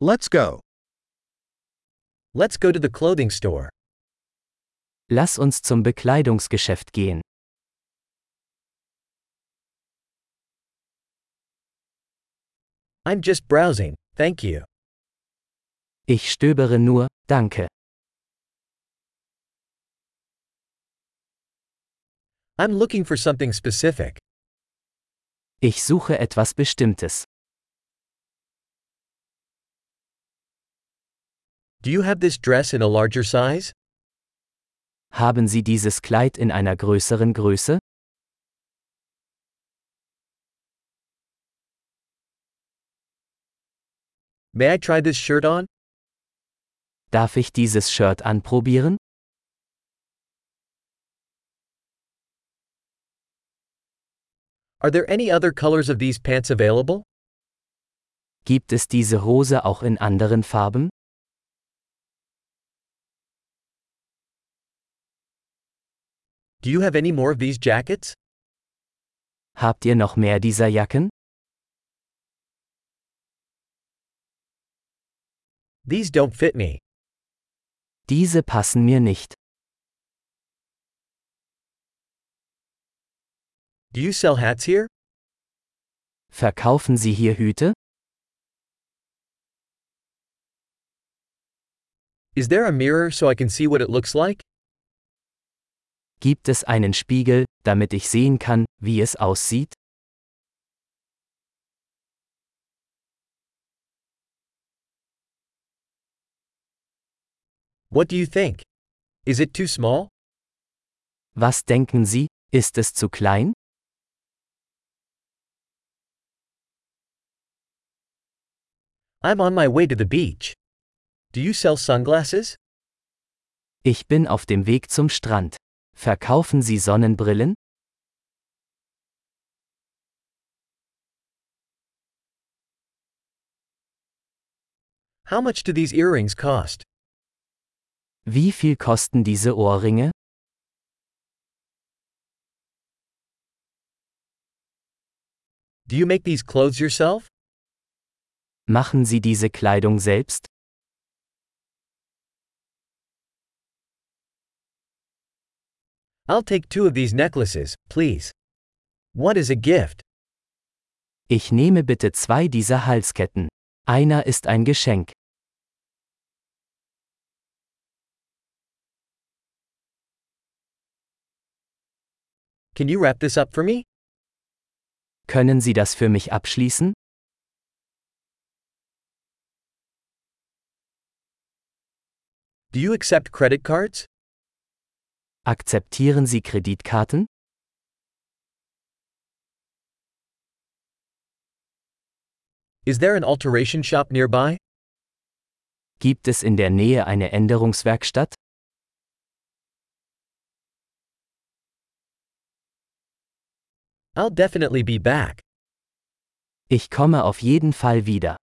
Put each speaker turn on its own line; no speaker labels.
Let's go. Let's go to the clothing store.
Lass uns zum Bekleidungsgeschäft gehen.
I'm just browsing, thank you.
Ich stöbere nur, danke.
I'm looking for something specific.
Ich suche etwas Bestimmtes.
Do you have this dress in a larger size?
Haben Sie dieses Kleid in einer größeren Größe?
May I try this shirt on?
Darf ich dieses Shirt anprobieren?
Are there any other colors of these pants available?
Gibt es diese Hose auch in anderen Farben?
Do you have any more of these jackets?
Habt ihr noch mehr dieser Jacken?
These don't fit me.
Diese passen mir nicht.
Do you sell hats here?
Verkaufen Sie hier Hüte?
Is there a mirror so I can see what it looks like?
Gibt es einen Spiegel, damit ich sehen kann, wie es aussieht?
What do you think? Is it too small?
Was denken Sie, ist es zu klein?
I'm on my way to the beach. Do you sell sunglasses?
Ich bin auf dem Weg zum Strand. Verkaufen Sie Sonnenbrillen?
How much do these earrings cost?
Wie viel kosten diese Ohrringe?
Do you make these clothes yourself?
Machen Sie diese Kleidung selbst?
I'll take two of these necklaces, please. What is a gift?
Ich nehme bitte zwei dieser Halsketten. Einer ist ein Geschenk.
Can you wrap this up for me?
Können Sie das für mich abschließen?
Do you accept credit cards?
Akzeptieren Sie Kreditkarten?
Is there an alteration shop nearby?
Gibt es in der Nähe eine Änderungswerkstatt?
I'll definitely be back.
Ich komme auf jeden Fall wieder.